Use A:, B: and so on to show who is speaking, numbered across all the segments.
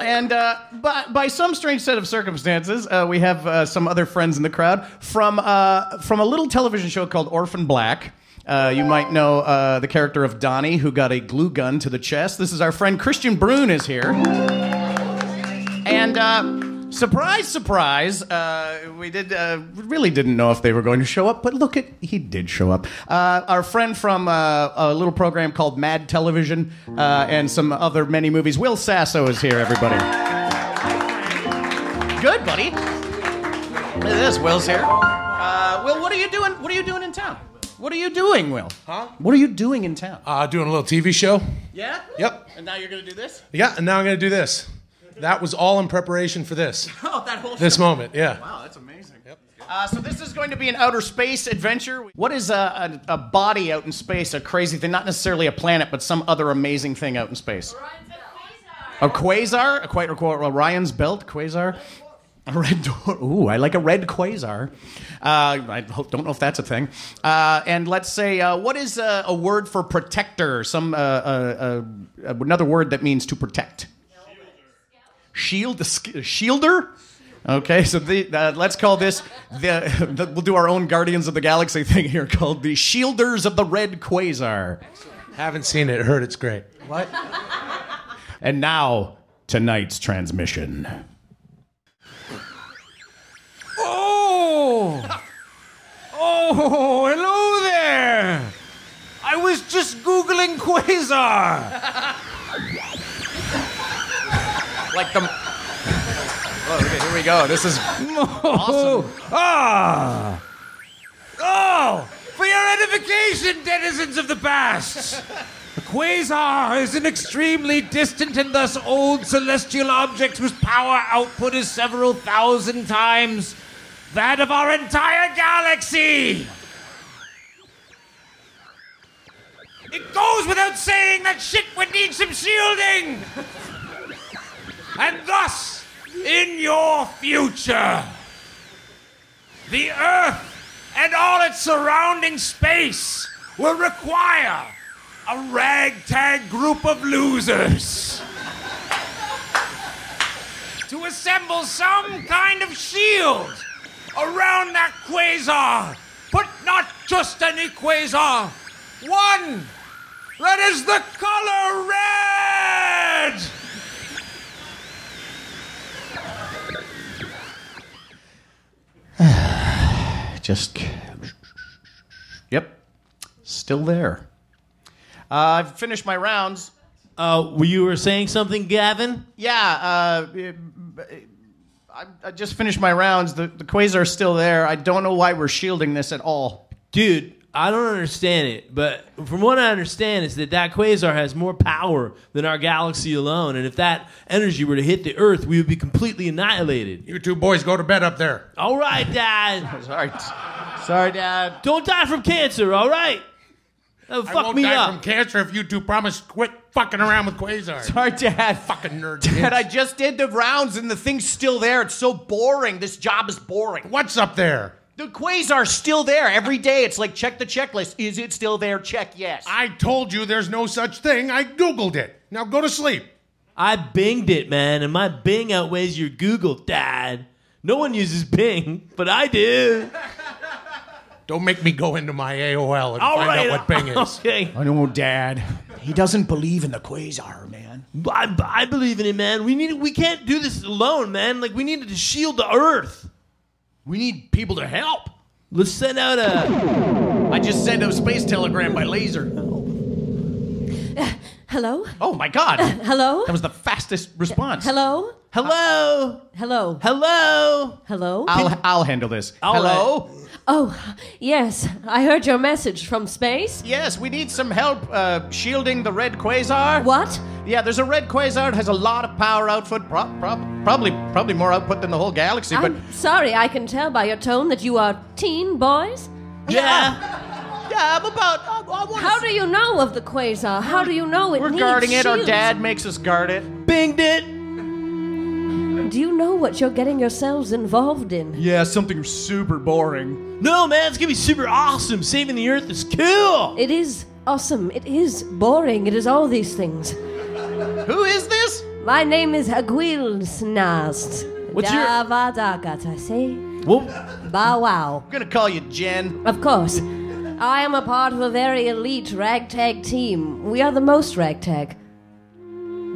A: And uh, by, by some strange set of circumstances, uh, we have uh, some other friends in the crowd from, uh, from a little television show called Orphan Black. Uh, you might know uh, the character of Donnie, who got a glue gun to the chest. This is our friend Christian Brune is here. And uh, surprise, surprise, uh, we did uh, really didn't know if they were going to show up, but look at he did show up. Uh, our friend from uh, a little program called Mad Television uh, and some other many movies, Will Sasso is here. Everybody, good buddy. Look at this, Will's here. Uh, Will, what are you doing? What are you doing in town? What are you doing, Will? Huh? What are you doing in town?
B: Uh, doing a little TV show.
A: yeah.
B: Yep.
A: And now you're gonna do this?
B: Yeah, and now I'm going to do this. That was all in preparation for this.
A: Oh, that whole.
B: This moment, yeah.
A: Wow, that's amazing. Uh, so this is going to be an outer space adventure. What is a, a, a body out in space? A crazy thing, not necessarily a planet, but some other amazing thing out in space. A quasar, a quite Orion's belt, quasar, a red dwarf. Ooh, I like a red quasar. Uh, I ho- don't know if that's a thing. Uh, and let's say, uh, what is a, a word for protector? Some uh, uh, uh, another word that means to protect. Shield, sk- shielder. Okay, so the, uh, let's call this the, the. We'll do our own Guardians of the Galaxy thing here, called the Shielders of the Red Quasar.
B: Haven't seen it, heard it's great. What?
A: And now tonight's transmission.
C: Oh! Oh, hello there! I was just Googling Quasar!
A: Like the. Oh, okay, here we go. This is
C: Oh, ah! Oh! For your edification, denizens of the past! The Quasar is an extremely distant and thus old celestial object whose power output is several thousand times that of our entire galaxy! It goes without saying that shit would need some shielding! and thus, in your future, the Earth and all its surrounding space will require a ragtag group of losers to assemble some kind of shield around that quasar, but not just any quasar, one that is the color red.
A: just. Yep, still there. Uh, I've finished my rounds.
D: Uh, well, you were saying something, Gavin?
A: Yeah, uh, I, I just finished my rounds. The, the quasar's still there. I don't know why we're shielding this at all.
D: Dude, I don't understand it, but from what I understand is that that quasar has more power than our galaxy alone, and if that energy were to hit the Earth, we would be completely annihilated.
B: You two boys go to bed up there.
D: All right, Dad.
A: Sorry, sorry, Dad.
D: Don't die from cancer, all right? That'll
B: I
D: fuck
B: won't
D: me
B: die
D: up.
B: from cancer if you two promise to quit fucking around with Quasar.
A: Sorry, Dad.
B: Fucking nerd.
A: Dad,
B: kids.
A: I just did the rounds and the thing's still there. It's so boring. This job is boring.
B: What's up there?
A: The quasar's still there every day. It's like check the checklist. Is it still there? Check yes.
B: I told you there's no such thing. I Googled it. Now go to sleep.
D: I binged it, man, and my Bing outweighs your Google, Dad. No one uses Bing, but I do.
B: Don't make me go into my AOL and
D: All
B: find
D: right.
B: out what Bing is.
D: Okay.
A: I know, Dad. He doesn't believe in the quasar, man.
D: I, I believe in it, man. We need. We can't do this alone, man. Like we needed to shield the Earth.
A: We need people to help.
D: Let's send out a.
A: I just sent a space telegram by laser.
E: Hello?
A: Oh my god.
E: Hello?
A: That was the fastest response.
E: Hello?
D: Hello.
F: Hello.
D: Hello.
F: Hello?
A: I'll, I'll handle this.
D: All
A: Hello?
F: oh, yes. I heard your message from space.
A: Yes, we need some help uh, shielding the red quasar.
F: What?
A: Yeah, there's a red quasar. It has a lot of power output. Pro- prob- probably, probably more output than the whole galaxy. But
F: I'm sorry, I can tell by your tone that you are teen boys.
D: Yeah.
A: yeah, I'm about. I, I wanna
F: How do you know of the quasar? How do you know it
A: We're
F: needs
A: guarding it. Our
F: shields?
A: dad makes us guard it.
D: Binged it.
F: Do you know what you're getting yourselves involved in?
A: Yeah, something super boring.
D: No, man, it's gonna be super awesome. Saving the Earth is cool.
F: It is awesome. It is boring. It is all these things.
A: Who is this?
F: My name is Aguil Snast.
D: What's your-
F: Davadagatase.
D: Well,
F: Bow wow.
A: I'm gonna call you Jen.
F: Of course. I am a part of a very elite ragtag team. We are the most ragtag.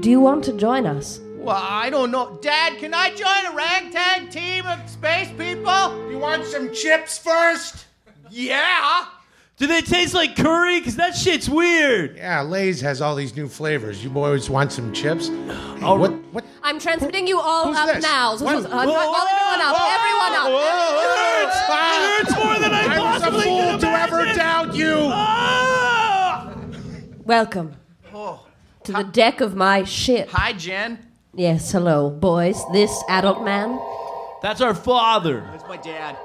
F: Do you want to join us?
A: Well, I don't know. Dad, can I join a ragtag team of space people?
B: You want some chips first?
A: Yeah.
D: do they taste like curry? Cause that shit's weird.
B: Yeah, Lay's has all these new flavors. You boys want some chips?
D: Oh,
B: What? What?
F: I'm transmitting you all
B: Who's
F: up
B: this?
F: now. So
B: What?
F: so- uh, all everyone up. everyone up.
B: It hurts!
D: It hurts more than I
B: was a
D: possibly could
B: fool to ever
D: imagine.
B: doubt you.
D: Ah!
F: Welcome.
B: Oh,
F: To the deck of my ship.
A: Hi, Jen.
F: Yes, hello, boys. This adult man.
D: That's our father.
A: That's my dad.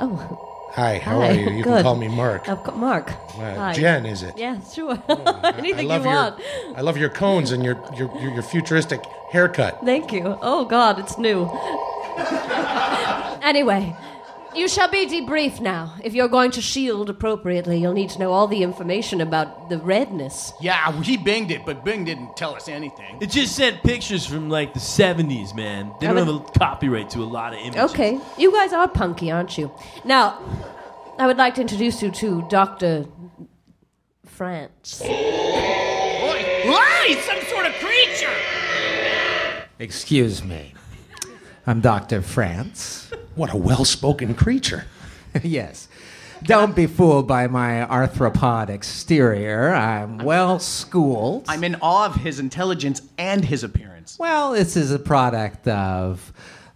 F: Oh,
B: Hi, how
F: Hi,
B: are you? You
F: good.
B: can call me Mark.
F: I've got Mark.
B: Uh,
F: Hi.
B: Jen, is it?
F: Yeah, sure.
B: I
F: Anything
B: love
F: you
B: your,
F: want.
B: I love your cones and your your your, your futuristic haircut.
F: Thank you. Oh, God, it's new. anyway, you shall be debriefed now. If you're going to shield appropriately, you'll need to know all the information about the redness.
A: Yeah, he binged it, but Bing didn't tell us anything.
D: It just sent pictures from like the 70s, man. They don't have a copyright to a lot of images.
F: Okay, you guys are punky, aren't you? Now, I would like to introduce you to Dr. France.
A: Why? He's some sort of creature.
G: Excuse me. I'm Dr. France.
B: What a well-spoken creature.
G: yes. Don't be fooled by my arthropod exterior. I'm well schooled.
A: I'm in awe of his intelligence and his appearance.
G: Well, this is a product of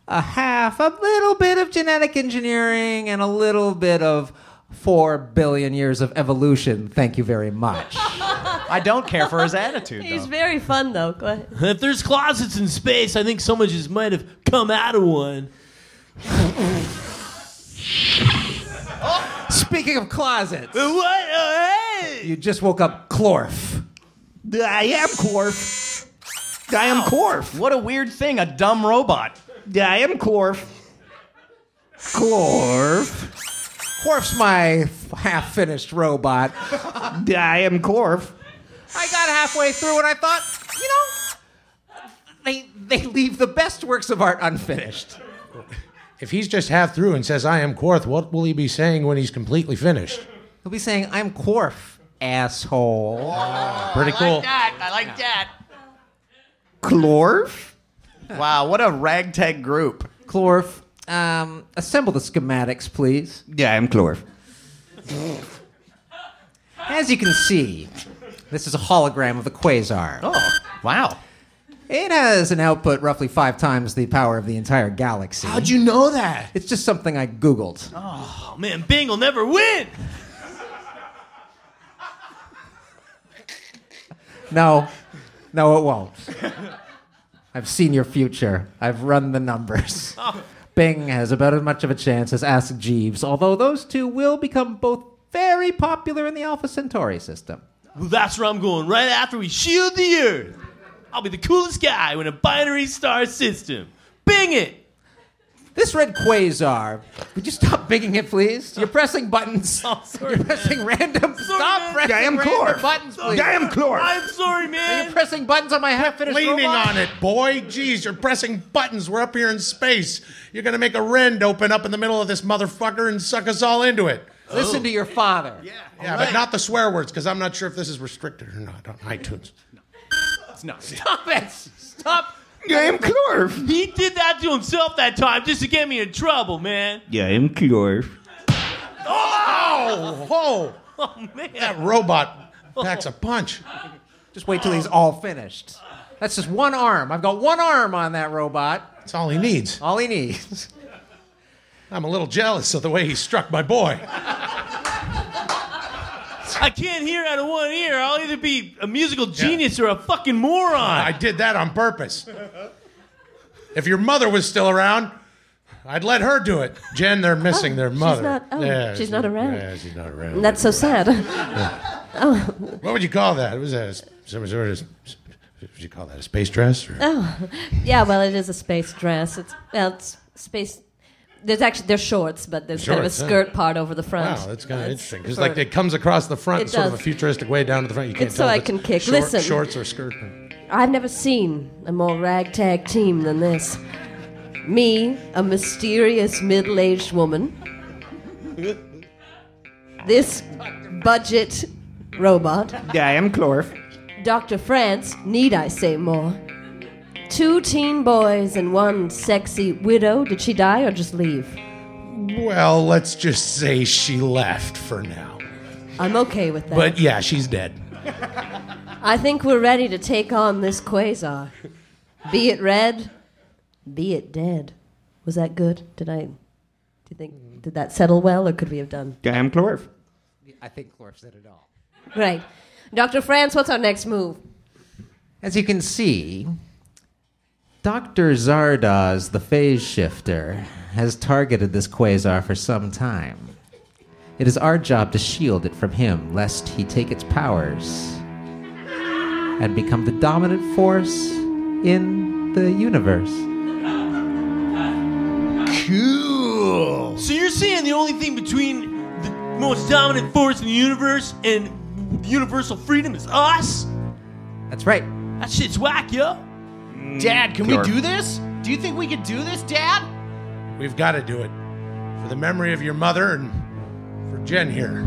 G: a half, a little bit of genetic engineering and a little bit of four billion years of evolution. Thank you very much.
A: I don't care for his attitude,
F: He's
A: though.
F: very fun, though. Go ahead.
D: If there's closets in space, I think someone just might have come out of one.
G: Speaking of closets,
D: What? Oh, hey!
G: you just woke up Clorf.
D: I am Corf.
G: I am Clorf.
A: What a weird thing, a dumb robot.
G: I am Clorf. Clorf. Clorf's my half finished robot. I am Clorf. I got halfway through and I thought, you know, they, they leave the best works of art unfinished.
B: If he's just half through and says I am Korth, what will he be saying when he's completely finished?
G: He'll be saying, I'm Clorf, asshole.
B: Pretty cool.
A: That, I like that.
G: Clorf?
A: Wow, what a ragtag group.
G: Clorf, um, assemble the schematics, please. Yeah, I'm Clorf. As you can see, this is a hologram of the quasar.
A: Oh, wow.
G: It has an output roughly five times the power of the entire galaxy.
A: How'd you know that?
G: It's just something I Googled.
D: Oh, man, Bing will never win.
G: No, no, it won't. I've seen your future. I've run the numbers.
B: Oh.
G: Bing has about as much of a chance as Ask Jeeves, although those two will become both very popular in the Alpha Centauri system.
D: Well, that's where I'm going right after we shield the Earth. I'll be the coolest guy in a binary star system. Bing it!
G: This red quasar, would you stop bigging it, please? You're pressing buttons.
D: Oh, sorry,
G: You're
D: man.
G: pressing random. stop
D: man.
G: pressing
D: I am
G: random
D: Clorf.
G: buttons, please.
D: I'm sorry,
G: You're
D: man.
G: pressing buttons on my half-finished
B: Leaning
G: robot.
B: on it, boy. Jeez, you're pressing buttons. We're up here in space. You're gonna make a rend open up in the middle of this motherfucker and suck us all into it.
G: Listen to your father.
B: Oh. Yeah, but not the swear words because I'm not sure if this is restricted or not on iTunes.
A: It's nuts.
G: Stop it. Stop.
H: I am Clorf.
D: He did that to himself that time just to get me in trouble, man.
H: Yeah, I am Clorf.
B: Oh, oh,
D: Oh, man.
B: that robot packs a punch.
G: Just wait till he's all finished. That's just one arm. I've got one arm on that robot. That's all he needs. All he needs.
B: I'm a little jealous of the way he struck my boy.
D: I can't hear out of one ear. I'll either be a musical genius or a fucking
B: Uh,
D: moron.
B: I did that on purpose. If your mother was still around, I'd let her do it. Jen, they're missing their mother.
F: not- oh, she's not around.
B: Yeah, she's not around.
F: That's so sad. oh,
B: What would you call that? It was a some sort of what would you call that? A space dress? Or,
F: oh, yeah. Well, it is a space dress. It's well, it's space. There's actually they're shorts, but there's kind of a
B: Shorts, huh?
F: skirt part over the front.
B: wow, Oh, that's kind of interesting because
F: sort
B: like
F: of-
B: it comes across the front
F: It
B: in sort of a
F: does.
B: futuristic way down to the front. You can't
F: It's so
B: tell if
F: I can kick.
B: short-
F: Listen.
B: shorts or skirt.
F: I've never seen a more ragtag team than this. Me, a mysterious middle aged woman. This budget robot.
H: Yeah, I am Clorf.
F: Dr. France, need I say more? Two teen boys and one sexy widow. Did she die or just leave?
B: Well, let's just say she left for now.
F: I'm okay with that.
B: But yeah, she's dead.
F: I think we're ready to take on this quasar. Be it red, be it dead. Was that good? Did I? Do you think did that settle well, or could we have done
H: Yeah, I am Clorf.
G: I think Clorf said it all.
F: right? Doctor France, what's our next move?
G: As you can see, Dr. Zardoz, the phase shifter, has targeted this quasar for some time. It is our job to shield it from him, lest he take its powers and become the dominant force in the universe.
B: Cool.
D: So you're saying the only thing between the most dominant force in the universe and universal freedom is us?
G: That's right.
D: That shit's whack, yo.
A: Dad, can we
B: Sure.
A: do this? Do you think we could do this, Dad?
B: We've got to do it for the memory of your mother and for Jen here.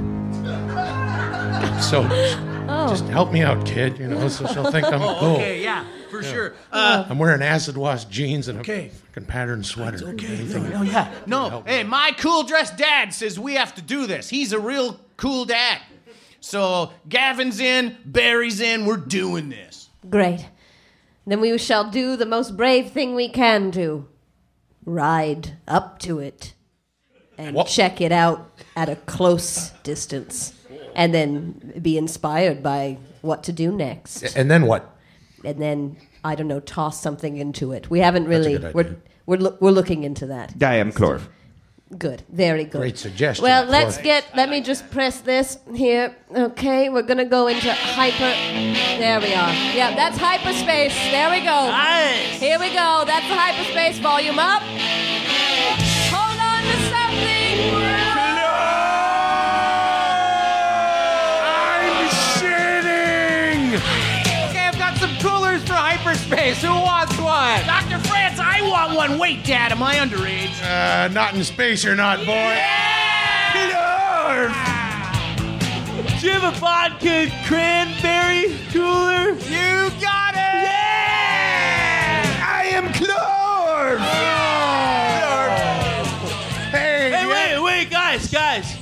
B: So
A: Oh.
B: just help me out, kid. You know, so she'll think I'm cool.
D: Okay, yeah, for sure. Uh,
B: I'm wearing acid wash jeans and
A: Okay.
B: a fucking patterned sweater.
A: Oh yeah. No. Hey, my cool dress dad says we have to do this. He's a real cool dad. So Gavin's in, Barry's in. We're doing this.
F: Great. Then we shall do the most brave thing we can do: ride up to it and
B: What?
F: check it out at a close distance, and then be inspired by what to do next.
B: And then what?
F: and then I don't know, toss something into it. We haven't really.
B: good
F: We're we're, loo- we're looking into that.
H: Yeah, I am Clorf.
F: Good, very good.
B: Great suggestion.
F: Well, let's
B: Clorf.
F: get. Let me just press this here. Okay, we're gonna go into hyper. There we are. Yeah, that's hyperspace. There we go.
D: Nice.
F: Here we go. That's the hyperspace. Volume up. Hold on to something.
C: I'm shitting!
A: Okay, I've got some coolers for hyperspace. Who wants one? Dr. France, I want one. Wait, Dad, am I underage?
B: Uh, not in space, you're not, boy.
D: Do you have a vodka cranberry cooler?
A: You got it. Yeah.
H: I am Clorf!
A: Oh.
B: Hey,
D: Hey, wait, wait, guys, guys.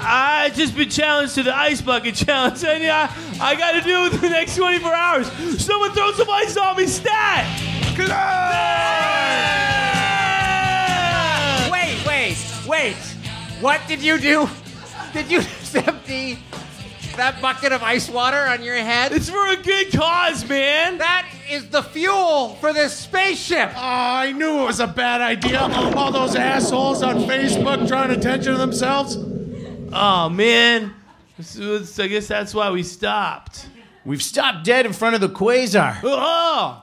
D: I just been challenged to the ice bucket challenge, and yeah, I got to do it within the next 24 hours. Someone throw some ice on me, stat! Yeah!
I: Wait, wait, wait. What did you do? Did you just empty that bucket of ice water on your head?
D: It's for a good cause, man.
I: That is the fuel for this spaceship.
B: Oh, I knew it was a bad idea. All those assholes on Facebook drawing attention to themselves.
D: Oh man, This is- I guess that's why we stopped.
A: We've stopped dead in front of the quasar.
D: Oh,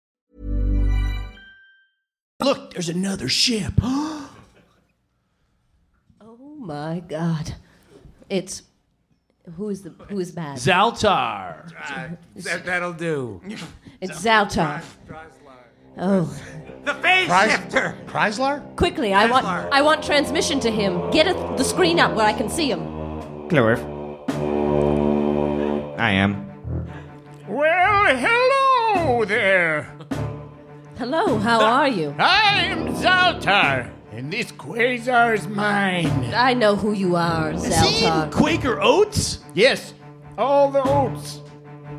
A: Look, there's another ship.
F: Oh my God! It's Who's the who's bad?
D: Zaltar.
C: that, that'll do.
F: It's Zaltar. Oh,
C: The face shifter.
B: Chrysler?
F: quickly! I want I want transmission to him. Get a, the screen up where I can see him.
H: Glorf. I am.
J: Well, hello there.
F: Hello, how are you?
J: I am Zaltar, and this quasar is mine.
F: I know who you are,
D: Uh,
F: Zaltar.
J: Quaker oats? Yes, all the oats.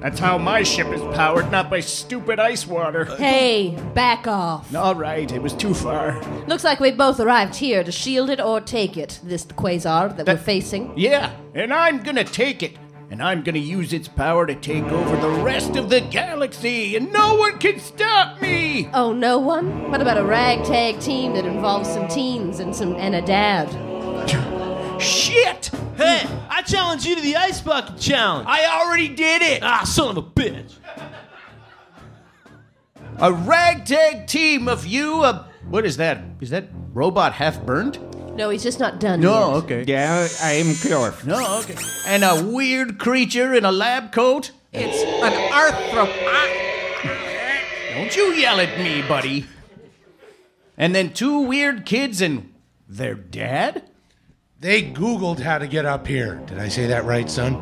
J: That's how my ship is powered, not by stupid ice water. Uh,
F: Hey, back off.
J: All right, it was too far.
F: Looks like we both arrived here to shield it or take it. This quasar that we're facing.
J: Yeah, and I'm gonna take it. And I'm gonna use its power to take over the rest of the galaxy, and no one can stop me!
F: Oh, no one? What about a ragtag team that involves some teens and some and a dad?
J: Shit!
D: Hey, I challenge you to the ice bucket challenge.
J: I already did it!
D: Ah, son of a bitch.
A: A ragtag team of you. A, what is that? Is that robot half burnt?
F: No, he's just not done
A: No,
F: yet.
A: okay.
H: Yeah, I am Glorf.
A: No, okay. And a weird creature in a lab coat.
I: It's an arthropod.
A: Don't you yell at me, buddy. And then two weird kids and their dad?
B: They Googled how to get up here. Did I say that right, son?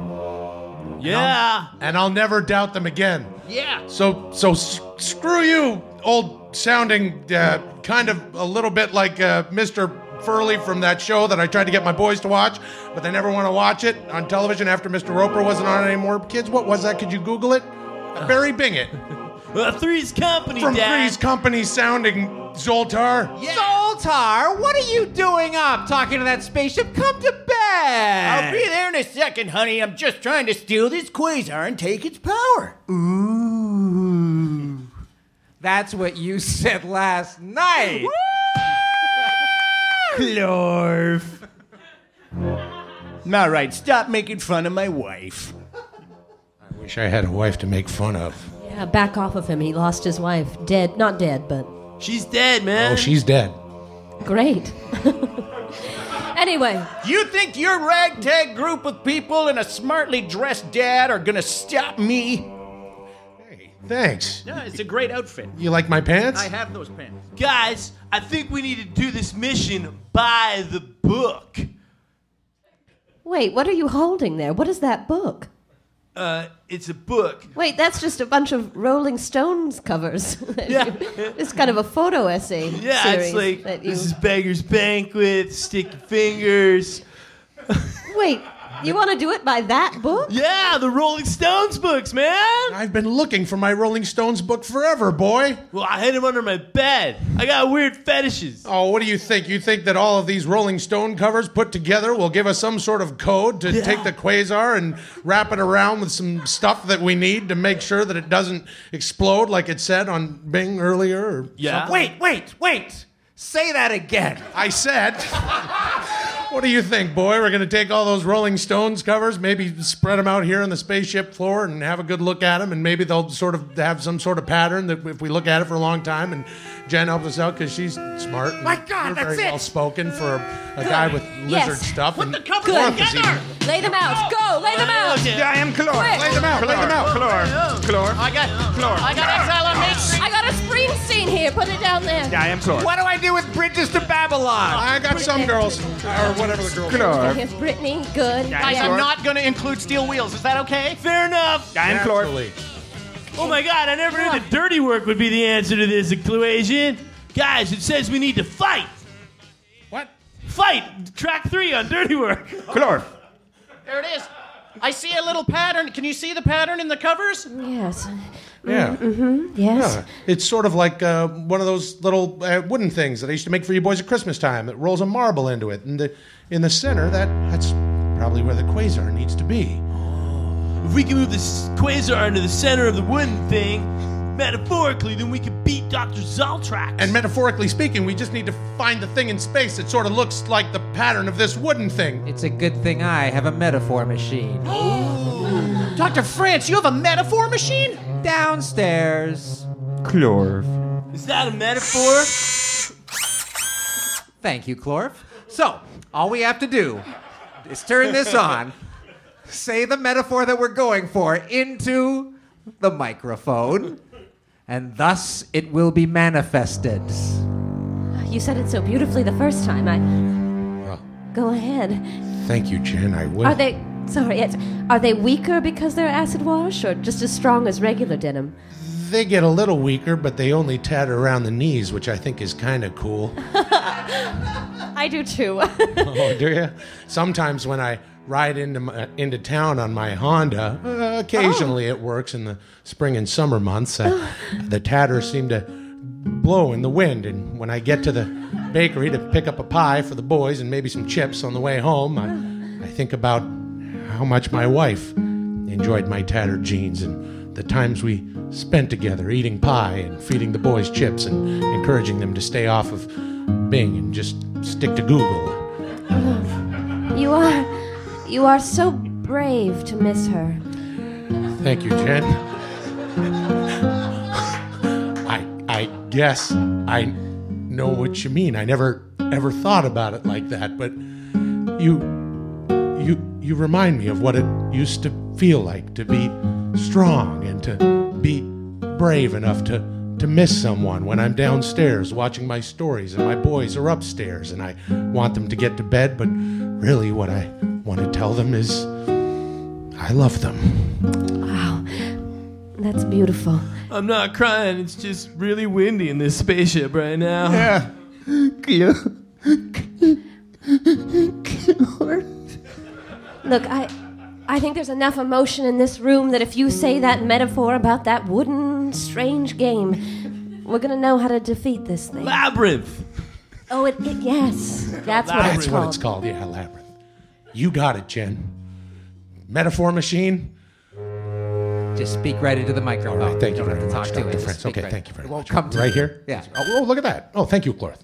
D: Yeah.
B: And I'll never doubt them again.
J: Yeah.
B: So, so s- screw you, old sounding, uh, kind of a little bit like uh, Mr. Furley from that show that I tried to get my boys to watch, but they never want to watch it on television after Mr. Roper wasn't on anymore. Kids, what was that? Could you Google it? Barry Bingett
D: Uh, three's company,
B: from
D: Dad.
B: Three's Company sounding Zoltar.
I: Zoltar, what are you doing up talking to that spaceship? Come to bed.
J: I'll be there in a second, honey. I'm just trying to steal this quasar and take its power.
I: Ooh. That's what you said last night.
J: Glorf. All right, stop making fun of my wife.
B: Wish I had a wife to make fun of.
F: Yeah, back off of him. He lost his wife. Dead. Not dead, but
D: She's dead, man.
B: Oh, she's dead.
F: great. anyway,
J: You think your ragtag group of people and a smartly dressed dad are gonna stop me?
B: Thanks.
A: Yeah, it's a great outfit.
B: You like my pants?
A: I have those pants.
D: Guys, I think we need to do this mission by the book.
F: wait, what are you holding there? What is that book?
D: Uh, it's a book.
F: Wait, that's just a bunch of Rolling Stones covers.
D: Yeah.
F: it's kind of a photo essay.
D: Yeah,
F: series
D: it's like
F: that you...
D: this is Beggar's Banquet, Sticky Fingers.
F: Wait, you want to do it by that book?
D: Yeah, the Rolling Stones books, man.
B: I've been looking for my Rolling Stones book forever, boy.
D: Well, I hid them under my bed. I got weird fetishes.
B: Oh, what do you think? You think that all of these Rolling Stone covers put together will give us some sort of code to take the quasar and wrap it around with some stuff that we need to make sure that it doesn't explode like it said on Bing earlier? Or
D: Yeah.
B: something?
I: Wait, wait, wait. Say that again.
B: I said. What do you think, boy? We're going to take all those Rolling Stones covers, maybe spread them out here on the spaceship floor and have a good look at them, and maybe they'll sort of have some sort of pattern that if we look at it for a long time. And Jen helps us out because she's smart. and
I: My God,
B: you're
I: that's
B: very
I: it.
B: well spoken for a, a guy with lizard stuff. Put and the cover together.
F: Lay them out. Go, lay them out.
A: Oh,
H: I am Glorf.
B: Lay them out. Lay them out.
H: Glorf. Glorf.
A: I got
H: Glorf.
A: I got Exile on Main Street.
F: I got a Springsteen here. Put it down there.
H: I am Glorf.
I: What do I do with Bridges to Babylon?
B: I got some girls, or whatever the girls.
H: Glorf.
F: Here's Brittany. Good.
A: Guys, I'm
H: Sure.
A: not gonna include steel wheels. Is that okay?
D: Fair enough.
H: I am Glorf.
B: Absolutely.
D: Oh my god, I never knew that dirty work would be the answer to this equation. Guys, it says we need to fight.
B: What?
D: Fight! Track three on dirty work.
H: Glorf.
A: There it is. I see a little pattern. Can you see the pattern in the covers?
F: Yes.
B: Yeah.
F: Yes.
B: Yeah. It's sort of like uh, one of those little uh, wooden things that I used to make for you boys at Christmas time. It rolls a marble into it, and the in the center that that's probably where the quasar needs to be.
D: If we can move this quasar into the center of the wooden thing, metaphorically, then we can beat Dr. Zaltrax.
B: And metaphorically speaking, we just need to find the thing in space that sort of looks like the pattern of this wooden thing.
G: It's a good thing I have a metaphor machine.
A: Dr. France, you have a metaphor machine?
G: Downstairs.
H: Glorf.
D: Is that a metaphor?
G: Thank you, Clorf. So, all we have to do is turn this on, say the metaphor that we're going for into the microphone, and thus it will be manifested.
F: You said it so beautifully the first time. I go ahead.
B: Thank you, Jen. I will.
F: Are they sorry? It's, are they weaker because they're acid wash, or just as strong as regular denim?
B: They get a little weaker, but they only tat around the knees, which I think is kind of cool.
F: I do too.
B: oh, do you? Sometimes when I ride into my, into town on my Honda, uh,
A: Oh.
B: occasionally it works in the spring and summer months. Uh, the tatters seem to blow in the wind, and when I get to the bakery to pick up a pie for the boys and maybe some chips on the way home, I, I think about how much my wife enjoyed my tattered jeans and the times we spent together eating pie and feeding the boys chips and encouraging them to stay off of Bing and just stick to Google.
F: you are, you are so brave to miss her.
B: Thank you, Jen. I I guess I know what you mean. I never ever thought about it like that, but you you you remind me of what it used to feel like to be strong and to be brave enough to to miss someone when I'm downstairs watching my stories and my boys are upstairs and I want them to get to bed, but really what I want to tell them is I love them.
F: Wow, that's beautiful.
D: I'm not crying. It's just really windy in this spaceship right now.
I: Yeah.
F: Look, I, I think there's enough emotion in this room that if you say that metaphor about that wooden, strange game, we're gonna know how to defeat this thing.
D: Labyrinth.
F: Oh, it, it yes, that's what it's
B: That's what
F: called.
B: it's called. Yeah, labyrinth. You got it, Jen. Metaphor machine.
G: Just speak right into the microphone.
B: All right, thank you
G: Don't
B: very
G: have to
B: much,
G: talk to
B: Dr.
G: it. Just
B: Fritz.
G: speak
B: Okay,
G: right-
B: thank you very
G: it won't
B: much.
G: come to
B: Right
G: you.
B: here?
G: Yeah.
B: Oh, oh, look at that. Oh, thank you, Glorth.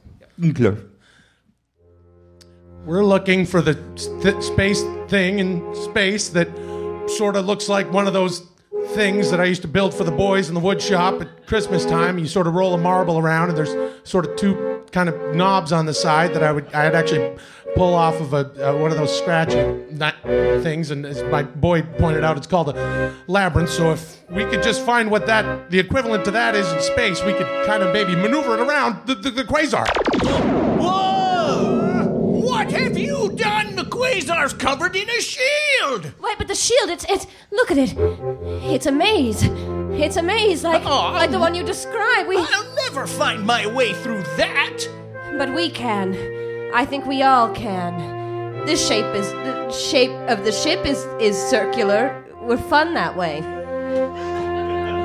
B: We're looking for the s- th- space thing in space that sort of looks like one of those things that I used to build for the boys in the wood shop at Christmas time. You sort of roll a marble around, and there's sort of two kind of knobs on the side that I would I'd actually pull off of a uh, one of those scratchy nut things. And as my boy pointed out, it's called a labyrinth. So if we could just find what that the equivalent to that is in space, we could kind of maybe maneuver it around the, the, the quasar.
J: Whoa! What have you done? The quasar's covered in a shield.
F: Wait, but the shield, it's, it's, look at it. It's a maze. It's a maze, like,
B: Oh.
F: like the one you described. We,
J: I'll never find my way through that.
F: but we can. I think we all can. This shape is, the shape of the ship is, is circular. We're fun that way.